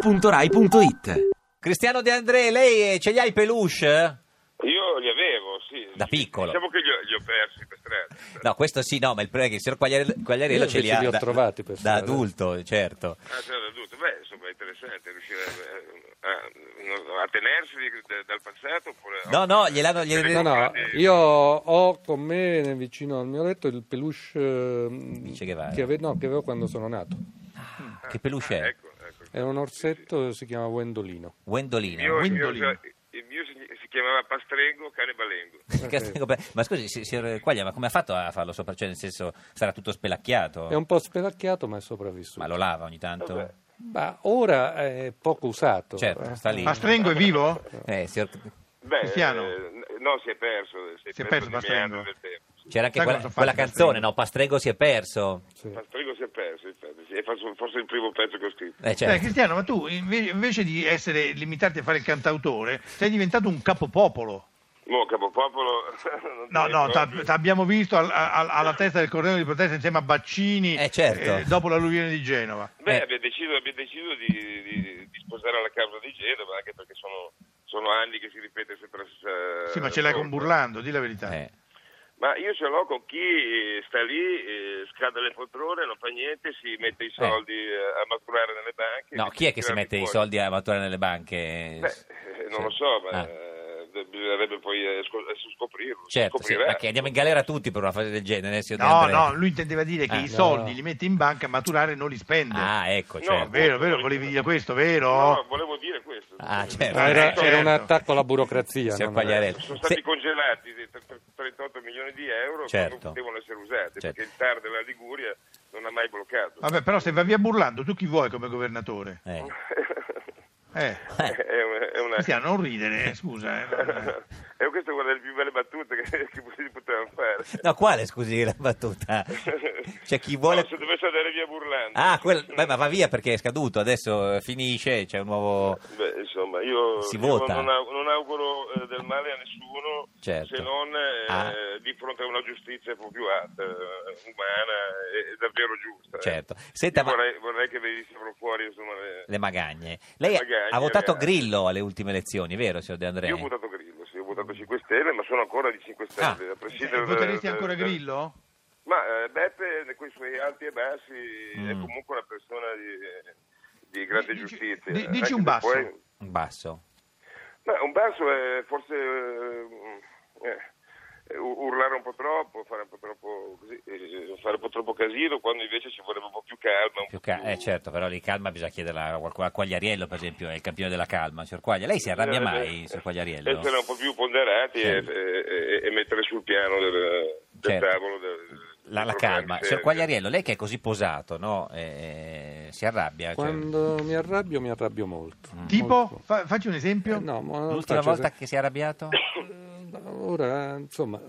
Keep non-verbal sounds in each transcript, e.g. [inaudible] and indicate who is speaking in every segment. Speaker 1: radio2pod.rai.it
Speaker 2: Cristiano De André, lei eh, ce li ha i peluche?
Speaker 3: Io li avevo, sì.
Speaker 2: Da piccolo.
Speaker 3: Diciamo che li ho, li ho persi per strada.
Speaker 2: No, questo sì, no, ma il, pre- il signor Quagliare- Quagliarello
Speaker 4: Io
Speaker 2: ce li
Speaker 4: invece
Speaker 2: ha
Speaker 4: li ho
Speaker 2: da,
Speaker 4: trovati per
Speaker 2: da
Speaker 4: strada.
Speaker 2: adulto, certo.
Speaker 3: Ah, c'era da tutto. Beh, insomma, è interessante riuscire a, a- a tenersi di- da- dal passato oppure...
Speaker 2: No, no, gliel'hanno... gliel-
Speaker 4: No, no, io ho con me nel- vicino al mio letto il peluche ehm,
Speaker 2: Che Guevara.
Speaker 4: che, ave- no, che avevo quando sono nato.
Speaker 2: Che peluche
Speaker 5: Eh,
Speaker 2: è?
Speaker 3: Ecco, ecco.
Speaker 2: Eh,
Speaker 4: Era un orsetto, si chiama Wendolino.
Speaker 2: Wendolino. [laughs]
Speaker 3: Io- io-
Speaker 5: Guindolino.
Speaker 3: il mio si, si chiamava Pastrengo, cane balengo.
Speaker 2: Castigo per- Ma scusi, si- signor Quaglia, ma come ha fatto a farlo sopra? Cioè, nel senso, sarà tutto spelacchiato?
Speaker 4: È un po' spelacchiato ma è sopravvissuto.
Speaker 2: Oh. Ma lo lava ogni tanto?
Speaker 4: Ma ora è poco usato.
Speaker 2: Certo,
Speaker 4: eh.
Speaker 2: sta lì.
Speaker 5: Ma Strengo è vivo?
Speaker 2: Eh, signor-
Speaker 3: Beh,
Speaker 5: Cristiano.
Speaker 3: eh, no, si è perso. Si è,
Speaker 5: Si è perso
Speaker 3: perso, di
Speaker 5: Pastrengo.
Speaker 3: meandro del tempo. sì.
Speaker 2: C'era anche
Speaker 5: Sai
Speaker 2: quella,
Speaker 5: cosa fa
Speaker 2: quella
Speaker 5: Pastrego?
Speaker 2: canzone, no? Pastrego si è perso.
Speaker 4: Sì.
Speaker 3: Pastrengo si è perso, infatti. sì, è forse, forse il primo pezzo che ho scritto.
Speaker 2: Eh,
Speaker 5: Cioè,
Speaker 2: certo.
Speaker 5: Cristiano, ma tu invece, invece di essere limitarti a fare il cantautore, sei diventato un capopopolo.
Speaker 3: Mo, Capopopolo... [laughs] non
Speaker 5: No,
Speaker 3: ti
Speaker 5: no,
Speaker 3: ricordo.
Speaker 5: ti abbiamo visto al- al- alla testa del corridoio di protesta insieme a Baccini
Speaker 2: Eh, certo.
Speaker 5: dopo l'alluvione di Genova.
Speaker 3: Beh,
Speaker 2: Eh.
Speaker 3: abbiamo deciso, abbiamo deciso di, di- di sposare la causa di Genova, anche perché sono, sono anni che si ripete sempre la stessa
Speaker 5: Sì, ma ce l'hai con
Speaker 3: colpa.
Speaker 5: Burlando, di la verità.
Speaker 2: Eh.
Speaker 3: Ma io ce l'ho con chi eh, sta lì, eh, scada le poltrone, non fa niente, si mette i soldi eh, a maturare nelle banche.
Speaker 2: No,
Speaker 3: e
Speaker 2: chi è che si
Speaker 3: tirarli
Speaker 2: mette i
Speaker 3: fuori?
Speaker 2: soldi eh, a maturare nelle banche?
Speaker 3: Beh, eh, non lo
Speaker 2: Sì.
Speaker 3: so, ma
Speaker 2: Ah,
Speaker 3: eh, bisognerebbe poi eh, scop- eh, scoprirlo.
Speaker 2: certo, sì,
Speaker 3: scoprirà.
Speaker 2: perché andiamo in galera tutti per una fase del genere, signor De
Speaker 5: No,
Speaker 2: André.
Speaker 5: no, lui intendeva dire che
Speaker 2: Eh.
Speaker 5: i soldi li mette in banca a maturare e non li spende.
Speaker 2: Ah, ecco,
Speaker 3: No,
Speaker 2: certo.
Speaker 5: vero, vero, volevi dire questo, vero?
Speaker 3: No, volevo dire questo. Eh,
Speaker 2: Ah,
Speaker 3: Sì.
Speaker 2: certo.
Speaker 4: Ma era,
Speaker 5: Certo.
Speaker 4: era un attacco alla burocrazia.
Speaker 2: Signor
Speaker 4: non-
Speaker 2: Quagliarelli.
Speaker 3: Sono stati
Speaker 2: Se-
Speaker 3: congelati di tre- tre- 38 milioni di euro
Speaker 2: Certo.
Speaker 3: che non potevano essere usati
Speaker 2: Certo.
Speaker 3: perché il TAR della Liguria non ha mai bloccato. [laughs]
Speaker 5: Vabbè, però se va via Burlando, tu chi vuoi come governatore?
Speaker 2: Eh.
Speaker 5: Eh,
Speaker 3: è una, è una-
Speaker 5: Cristiano, non ridere, eh, scusa. eh, vabbè.
Speaker 3: [laughs] e questa è una delle più belle battute che, [laughs] che si potevano fare.
Speaker 2: No, quale, scusi, la
Speaker 3: [laughs]
Speaker 2: battuta? C'è chi vuole...
Speaker 3: No, se dovesse andare via burlando.
Speaker 2: Ah, quel- beh, ma va via perché è scaduto, adesso eh, finisce, c'è un nuovo...
Speaker 3: Beh, insomma, io,
Speaker 2: Si
Speaker 3: io
Speaker 2: vota.
Speaker 3: non, au- non auguro eh, del male a nessuno
Speaker 2: Certo.
Speaker 3: se non eh,
Speaker 2: Ah.
Speaker 3: di fronte a una giustizia un po' più alta, eh, umana e, e davvero giusta. eh.
Speaker 2: Certo. Senta,
Speaker 3: Io
Speaker 2: ma-
Speaker 3: vorrei, vorrei che venissero fuori insomma, le-
Speaker 2: Le magagne. Lei
Speaker 3: Le magagne,
Speaker 2: ha votato
Speaker 3: ragazzi.
Speaker 2: Grillo alle ultime elezioni, vero, signor De Andrea?
Speaker 3: Io ho votato Grillo, sì, ho votato 5 Stelle, ma sono ancora di 5 Stelle.
Speaker 2: Ah.
Speaker 3: a prescindere
Speaker 5: Eh, Voteresti
Speaker 3: da- da-
Speaker 5: ancora
Speaker 3: da-
Speaker 5: Grillo?
Speaker 3: Ma eh, Beppe, con i suoi alti e bassi, è
Speaker 2: Mm.
Speaker 3: comunque una persona di, di grande
Speaker 5: Dici-
Speaker 3: giustizia.
Speaker 5: di-
Speaker 3: anche
Speaker 5: dici un
Speaker 3: se
Speaker 5: basso.
Speaker 3: poi-
Speaker 2: In basso.
Speaker 3: ma un basso è forse eh, eh, u- urlare un po' troppo, fare un po' troppo, così, eh, fare un po' troppo casino, quando invece ci vorrebbe un po' più calma. Un
Speaker 2: Più
Speaker 3: po'
Speaker 2: ca- eh, certo, però lì calma bisogna chiederla a qualcuno. A Quagliariello, per esempio, è il campione della calma, signor Quaglia. Lei si
Speaker 5: Eh,
Speaker 2: arrabbia mai,
Speaker 3: su
Speaker 2: signor Quagliariello?
Speaker 3: eh, Essere un po' più ponderati e,
Speaker 2: Certo.
Speaker 3: e- e- e mettere sul piano del, del
Speaker 2: Certo.
Speaker 3: tavolo. del-
Speaker 2: La, la
Speaker 3: dei problemi
Speaker 2: calma. Signor
Speaker 3: seri.
Speaker 2: [laughs]
Speaker 3: [laughs]
Speaker 2: Quagliariello, lei che è così posato, no? Eh, si arrabbia. cioè-
Speaker 4: Quando mi arrabbio, mi arrabbio molto.
Speaker 5: Tipo?
Speaker 4: Molto.
Speaker 5: Fa- facci un esempio.
Speaker 4: Eh, no, ma non
Speaker 2: Mm. L'ultima
Speaker 4: faccio-
Speaker 2: volta che si è
Speaker 5: [coughs]
Speaker 2: arrabbiato?
Speaker 4: Ora, insomma,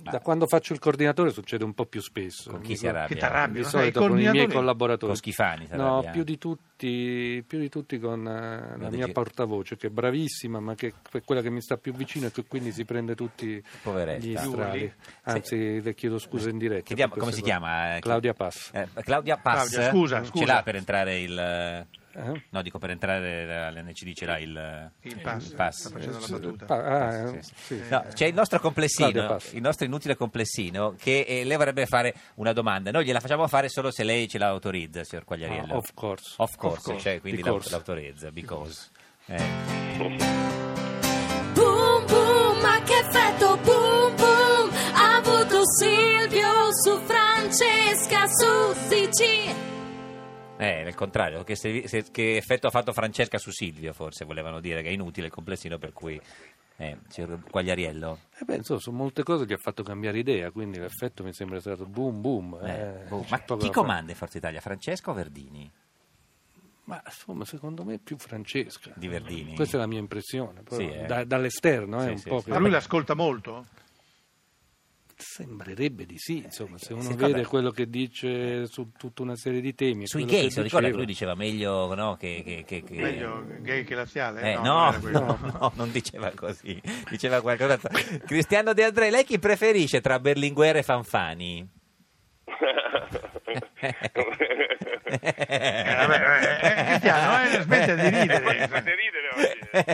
Speaker 4: da quando faccio il coordinatore succede un po' più spesso.
Speaker 2: Ah. Con chi si arrabbia?
Speaker 5: Che t'arrabbi,
Speaker 4: Di
Speaker 5: no?
Speaker 4: solito
Speaker 5: Sai, i
Speaker 4: con i miei
Speaker 5: coordinatori-
Speaker 4: collaboratori.
Speaker 2: Ah, Con Schifani si
Speaker 4: No,
Speaker 2: arrabbia?
Speaker 4: più di tutti, più di tutti con eh, la
Speaker 2: Vedi
Speaker 4: mia
Speaker 2: che-
Speaker 4: portavoce, che è bravissima, ma che è quella che mi sta più vicino e che quindi si prende tutti
Speaker 2: Poveretta.
Speaker 4: gli strali.
Speaker 5: Giuli.
Speaker 4: Anzi, le chiedo scusa in diretta.
Speaker 2: Chiediamo-
Speaker 4: per
Speaker 2: come si
Speaker 4: queste cose.
Speaker 2: chiama? eh, chi-
Speaker 4: Claudia Pass.
Speaker 2: Eh, Claudia Pass.
Speaker 5: Claudia, scusa,
Speaker 2: Ce
Speaker 5: scusa.
Speaker 2: l'ha per entrare il...
Speaker 4: Eh?
Speaker 2: No, dico per entrare all'NCD ce l'ha il,
Speaker 5: Il pass. Sta facendo la
Speaker 4: Sì,
Speaker 5: battuta.
Speaker 4: pa- ah,
Speaker 2: Sì,
Speaker 4: eh,
Speaker 2: sì.
Speaker 4: sì.
Speaker 2: No, c'è il nostro
Speaker 4: Claudio
Speaker 2: complessino,
Speaker 4: Passi.
Speaker 2: il nostro inutile complessino, che eh, le vorrebbe fare una domanda. Noi gliela facciamo fare solo se lei ce la autorizza, signor Quagliariello.
Speaker 4: Ah, of course.
Speaker 2: Of course,
Speaker 4: Of course.
Speaker 2: cioè, quindi la-
Speaker 4: Because.
Speaker 2: l'autorizza, because. Eh,
Speaker 6: Boom boom, ma che effetto boom boom ha avuto Silvio su Francesca, su Sicilia.
Speaker 2: eh, il contrario, che, se- se- che effetto ha fatto Francesca su Silvio, forse volevano dire che è inutile il complessino, per cui... Eh, signor Quagliariello,
Speaker 4: Eh beh, insomma, su molte cose gli ha fatto cambiare idea, quindi l'effetto mi sembra stato boom boom.
Speaker 2: eh,
Speaker 4: eh,
Speaker 2: boh,
Speaker 4: c'è
Speaker 2: ma
Speaker 4: poco
Speaker 2: chi
Speaker 4: da fare.
Speaker 2: comanda in Forza Italia, Francesco o Verdini?
Speaker 4: Ma insomma, secondo me è più Francesca.
Speaker 2: Di Verdini?
Speaker 4: Questa è la mia impressione, però,
Speaker 2: Sì, eh.
Speaker 4: da- dall'esterno eh,
Speaker 2: Sì,
Speaker 4: un
Speaker 2: sì,
Speaker 4: po'
Speaker 2: sì.
Speaker 4: che-
Speaker 5: Ma lui l'ascolta molto?
Speaker 4: sembrerebbe di
Speaker 2: Eh,
Speaker 4: sì, insomma, se uno
Speaker 2: si ricorda-
Speaker 4: vede quello che dice su tutta una serie di temi.
Speaker 2: Sui
Speaker 4: quello
Speaker 2: gay,
Speaker 4: che
Speaker 2: se lo ricorda,
Speaker 4: diceva.
Speaker 2: lui diceva meglio no, che... che- che- che-
Speaker 5: Meglio gay che laziale?
Speaker 2: Eh, [laughs]
Speaker 5: non
Speaker 2: no,
Speaker 5: era quello.
Speaker 2: no, no, non diceva così, diceva qualcos'altro. Cristiano De André, lei chi preferisce tra Berlinguer e Fanfani?
Speaker 5: Eh, vabbè, eh, eh, Cristiano, eh, smettila di
Speaker 3: Eh, fate ridere
Speaker 5: ridere.
Speaker 3: oggi. eh.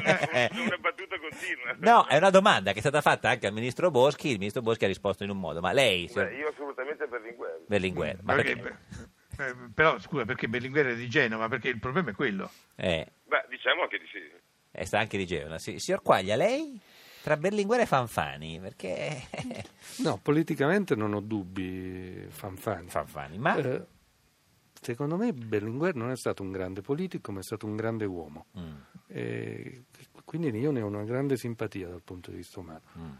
Speaker 3: È una battuta continua.
Speaker 2: No, è una domanda che è stata fatta anche al ministro Boschi. Il ministro Boschi ha risposto in un modo, ma lei, signor
Speaker 3: Beh, io assolutamente per l'inguello.
Speaker 2: Berlinguer, ma
Speaker 5: Perché-
Speaker 2: perché?
Speaker 5: eh, però scusa, perché Berlinguer è di Genova? Perché il problema è quello.
Speaker 2: Eh,
Speaker 3: Beh, diciamo anche di sì.
Speaker 2: eh, sta anche di Genova. Sì, signor Quaglia, lei tra Berlinguer e Fanfani, perché
Speaker 4: No, politicamente non ho dubbi, Fanfani.
Speaker 2: Fanfani, ma
Speaker 4: Eh, secondo me Berlinguer non è stato un grande politico, ma è stato un grande uomo.
Speaker 2: Mm.
Speaker 4: E quindi io ne ho una grande simpatia dal punto di vista umano.
Speaker 2: Mm.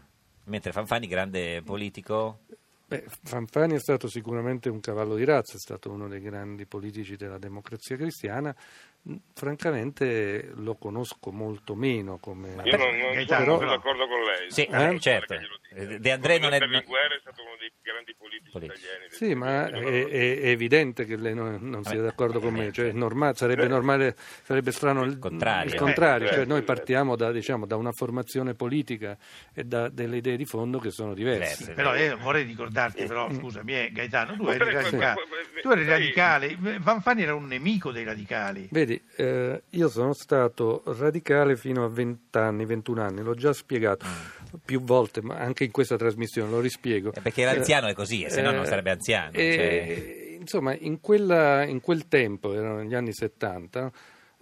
Speaker 2: mentre Fanfani, grande politico,
Speaker 4: Beh, Fanfani è stato sicuramente un cavallo di razza, è stato uno dei grandi politici della democrazia cristiana. Mm, Francamente lo conosco molto meno come...
Speaker 3: Io non, non sono
Speaker 5: Gaetano,
Speaker 3: molto
Speaker 5: però-
Speaker 3: d'accordo con lei.
Speaker 2: Sì,
Speaker 4: eh,
Speaker 2: certo. De André non è-
Speaker 3: Berlinguer è stato uno dei grandi politici
Speaker 2: Politici.
Speaker 3: italiani.
Speaker 4: Sì, ma è, è- è evidente che lei non, non sia d'accordo con me, cioè, è norma- sarebbe normale, sarebbe strano il,
Speaker 2: eh, contrario.
Speaker 4: il contrario,
Speaker 3: Eh,
Speaker 4: cioè
Speaker 3: certo,
Speaker 4: noi
Speaker 3: certo.
Speaker 4: partiamo da, diciamo, da una formazione politica e da delle idee di fondo che sono
Speaker 2: Diverse.
Speaker 4: diverse.
Speaker 5: Però io vorrei ricordarti, però, scusami, eh, Gaetano, tu eri
Speaker 3: Potrei-
Speaker 5: radicale.
Speaker 3: sì.
Speaker 5: Tu eri
Speaker 3: Sì.
Speaker 5: radicale. Fanfani era un nemico dei radicali.
Speaker 4: Vedi, eh, io sono stato radicale fino a 20 anni, 21 anni, l'ho già spiegato più volte, ma anche in questa trasmissione lo rispiego.
Speaker 2: Mm. Eh, perché l'anziano è così, eh, se no non
Speaker 4: Eh,
Speaker 2: sarebbe anziano. cioè.
Speaker 4: eh, Insomma, in, quella- in quel tempo, erano gli anni 70,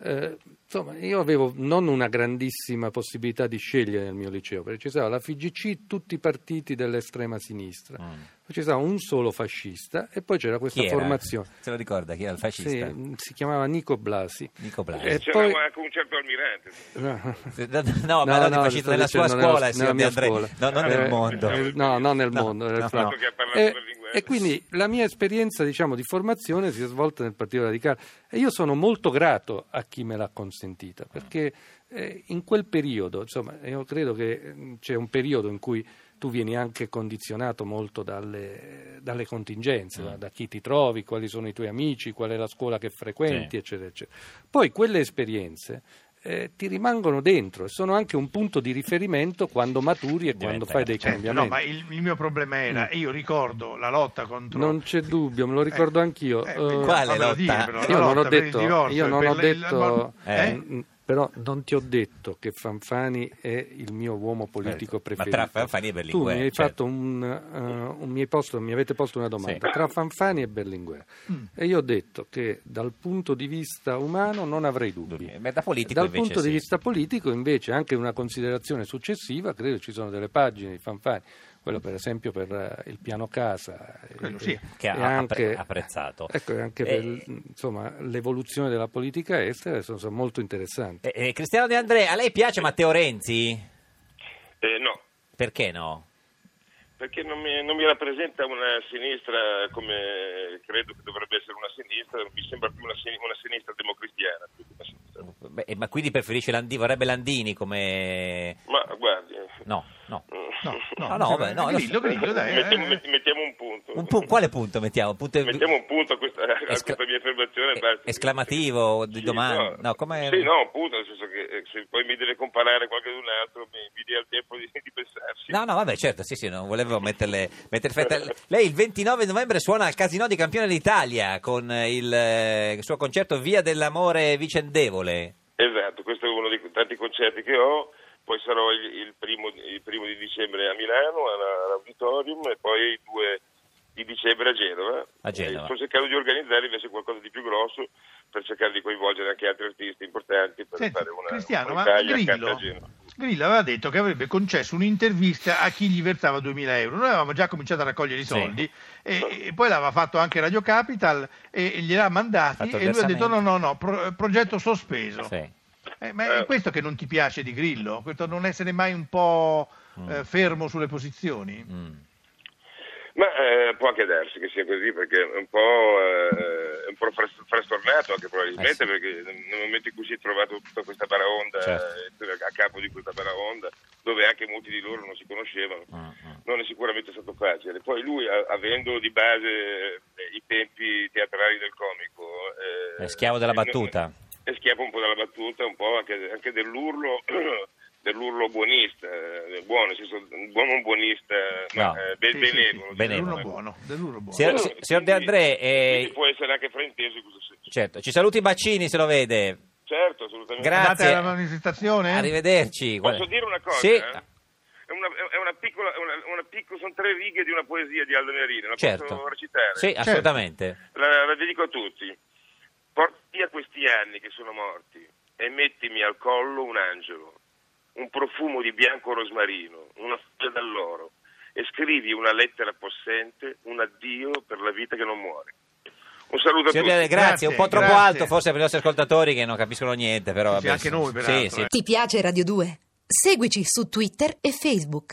Speaker 4: eh, insomma, io avevo non una grandissima possibilità di scegliere nel mio liceo, perché ci stava la FIGC, tutti i partiti dell'estrema sinistra,
Speaker 2: Mm.
Speaker 4: Poi ci stava un solo fascista e poi c'era questa
Speaker 2: Chi era?
Speaker 4: formazione.
Speaker 2: Se lo ricorda, chi era il fascista?
Speaker 4: Sì, si chiamava Nico Blasi.
Speaker 2: Nico Blasi.
Speaker 4: E
Speaker 3: C'era
Speaker 4: poi-
Speaker 3: anche un certo almirante.
Speaker 4: No,
Speaker 2: No, no, ma era di fascista
Speaker 4: sto
Speaker 2: della sua
Speaker 4: dicendo nella-
Speaker 2: scuola, il signor
Speaker 4: nella
Speaker 2: De
Speaker 4: mia
Speaker 2: André.
Speaker 4: scuola.
Speaker 2: No, non
Speaker 4: Eh,
Speaker 2: nel mondo.
Speaker 4: eh, No, non nel
Speaker 2: No,
Speaker 4: mondo.
Speaker 2: no,
Speaker 4: nel
Speaker 2: no.
Speaker 4: fatto.
Speaker 3: Che ha parlato eh,
Speaker 4: E,
Speaker 3: Berlinguer.
Speaker 4: e quindi la mia esperienza diciamo, di formazione si è svolta nel Partito Radicale e io sono molto grato a chi me l'ha consentita perché eh, in quel periodo, insomma, io credo che eh, c'è un periodo in cui tu vieni anche condizionato molto dalle, dalle contingenze,
Speaker 5: Mm.
Speaker 4: da, da chi ti trovi, quali sono i tuoi amici, qual è la scuola che frequenti,
Speaker 2: Sì.
Speaker 4: eccetera, eccetera. Poi quelle esperienze eh, ti rimangono dentro e sono anche un punto di riferimento quando maturi e quando
Speaker 2: Diventa-
Speaker 4: fai dei
Speaker 5: Certo, no,
Speaker 4: cambiamenti.
Speaker 5: ma il, il mio problema era, io ricordo la lotta contro...
Speaker 4: Non c'è dubbio, me lo ricordo anch'io.
Speaker 5: Eh,
Speaker 4: Eh,
Speaker 5: quindi
Speaker 2: Quale
Speaker 5: fammelo
Speaker 2: lotta?
Speaker 5: dire, però, la
Speaker 4: io non ho
Speaker 5: lotta per il
Speaker 4: detto,
Speaker 5: divorzio,
Speaker 4: io non
Speaker 5: per
Speaker 4: ho
Speaker 5: la-
Speaker 4: detto
Speaker 5: la- eh?
Speaker 4: Mm, però non ti ho detto che Fanfani è il mio uomo politico
Speaker 2: Certo. Ma
Speaker 4: preferito.
Speaker 2: tra Fanfani e
Speaker 4: Tu mi
Speaker 2: Berlinguer,
Speaker 4: hai
Speaker 2: certo.
Speaker 4: fatto un, eh, un- mi, hai posto- mi avete posto una domanda
Speaker 2: Sì. Mm.
Speaker 4: tra Fanfani e Berlinguer. E io ho detto che dal punto di vista umano non avrei dubbi.
Speaker 2: Beh, da politico
Speaker 4: Dal
Speaker 2: invece
Speaker 4: punto
Speaker 2: sì.
Speaker 4: di vista politico, invece, anche una considerazione successiva, credo ci sono delle pagine di Fanfani, quello per esempio per eh, il piano casa. eh,
Speaker 5: Quello sì,
Speaker 2: che ha
Speaker 4: e
Speaker 2: appre- apprezzato.
Speaker 4: Ecco, e anche per
Speaker 2: Eh.
Speaker 4: insomma, l'evoluzione della politica estera sono, sono molto interessanti.
Speaker 2: Eh, eh, Cristiano De André, a lei piace Matteo Renzi?
Speaker 3: Eh, no,
Speaker 2: Perché no?
Speaker 3: perché non mi, non mi rappresenta una sinistra come credo che dovrebbe essere una sinistra, mi sembra più una, sin- una sinistra democristiana. più che una sinistra.
Speaker 2: Beh, eh, ma quindi preferisce Landini, vorrebbe Landini come...
Speaker 3: Ma guardi, eh,
Speaker 2: No, no.
Speaker 5: No, no,
Speaker 2: Ah, no,
Speaker 5: mi
Speaker 2: beh,
Speaker 5: sembra-
Speaker 2: no, lo so.
Speaker 5: grillo, grillo, dai.
Speaker 3: [laughs] mettiamo,
Speaker 5: eh.
Speaker 3: met- mettiamo un punto.
Speaker 2: Un pu- quale punto mettiamo? Un punto-
Speaker 3: Mettiamo un punto a questa, a
Speaker 2: Escla-
Speaker 3: questa mia affermazione.
Speaker 2: eh,
Speaker 3: basta.
Speaker 2: esclamativo, di domanda.
Speaker 3: No,
Speaker 2: No, come-
Speaker 3: Sì, no, un punto, nel senso che eh, se poi mi deve comparare qualcun altro mi, mi dia il tempo di, di pensarci.
Speaker 2: No, no, vabbè, certo, sì, sì, non volevo metterle, mettere fretta. Lei il 29 novembre suona al Casino di Campione d'Italia con eh, il eh, suo concerto Via dell'Amore Vicendevole.
Speaker 3: Esatto, questo è uno dei tanti concerti che ho, poi sarò il, il primo, il primo di dicembre a Milano alla- all'Auditorium e poi il 2 di dicembre a Genova.
Speaker 2: A Genova.
Speaker 3: E Sto cercando di organizzare invece qualcosa di più grosso per cercare di coinvolgere anche altri artisti importanti per
Speaker 5: Senti,
Speaker 3: fare una
Speaker 5: Cristiano, ma
Speaker 3: un'Italia accanto a
Speaker 5: Grillo,
Speaker 3: Genova.
Speaker 5: Grillo aveva detto che avrebbe concesso un'intervista a chi gli versava 2000 euro. Noi avevamo già cominciato a raccogliere i
Speaker 2: Sì.
Speaker 5: soldi e, e poi l'aveva fatto anche Radio Capital e, e gliel'ha mandati
Speaker 2: Fatto il
Speaker 5: e lui ha detto
Speaker 2: versamento.
Speaker 5: no, no, no, pro- progetto sospeso.
Speaker 2: Sì.
Speaker 5: Eh, ma è
Speaker 3: Eh.
Speaker 5: questo che non ti piace di Grillo? Questo non essere mai un po' eh, fermo sulle posizioni?
Speaker 2: Mm.
Speaker 3: Ma eh, può anche darsi che sia così perché è un po', eh, è un po fras- frastornato anche probabilmente
Speaker 2: Eh sì.
Speaker 3: perché nel momento in cui si è trovato tutta questa baraonda
Speaker 2: Certo.
Speaker 3: eh, a capo di questa baraonda dove anche molti di loro non si conoscevano
Speaker 2: Mm, mm.
Speaker 3: non è sicuramente stato facile. Poi lui a- avendo di base eh, i tempi teatrali del comico eh,
Speaker 2: È schiavo della
Speaker 3: non-
Speaker 2: battuta.
Speaker 3: è schiavo un po' della battuta, un po' anche, anche dell'urlo [clears throat] dell'urlo buonista, del buono, nel senso, buon- non buonista,
Speaker 2: No.
Speaker 3: ma eh, del ecco.
Speaker 5: Sì, sì, sì.
Speaker 3: benevolo.
Speaker 2: Benevolo.
Speaker 5: Dell'uno buono, dell'uno buono.
Speaker 2: Signor, si- signor De André, eh,
Speaker 3: Quindi può essere anche frainteso in questo senso.
Speaker 2: certo, ci saluti i bacini se lo vede.
Speaker 3: Certo, assolutamente.
Speaker 2: Grazie.
Speaker 5: Andate alla manifestazione?
Speaker 2: Arrivederci.
Speaker 3: Posso
Speaker 2: Guarda-
Speaker 3: dire una cosa? Eh?
Speaker 2: Sì. ah,
Speaker 3: È una, è una piccola, è una, è una picco- sono tre righe di una poesia di Aldo Nerino, la
Speaker 2: Certo.
Speaker 3: posso recitare?
Speaker 2: Sì, assolutamente.
Speaker 3: La, la dedico a tutti. Porti via questi anni che sono morti e mettimi al collo un angelo, un profumo di bianco rosmarino, una foglia d'alloro e scrivi una lettera possente, un addio per la vita che non muore. Un saluto
Speaker 2: Signor
Speaker 3: a tutti.
Speaker 2: Viale, grazie,
Speaker 5: Grazie,
Speaker 2: un po' troppo
Speaker 5: grazie.
Speaker 2: alto forse per i nostri ascoltatori che non capiscono niente, però
Speaker 5: Sì,
Speaker 2: vabbè,
Speaker 5: anche noi,
Speaker 2: sì,
Speaker 5: peraltro,
Speaker 2: sì,
Speaker 5: eh.
Speaker 1: Ti piace Radio 2? Seguici su Twitter e Facebook.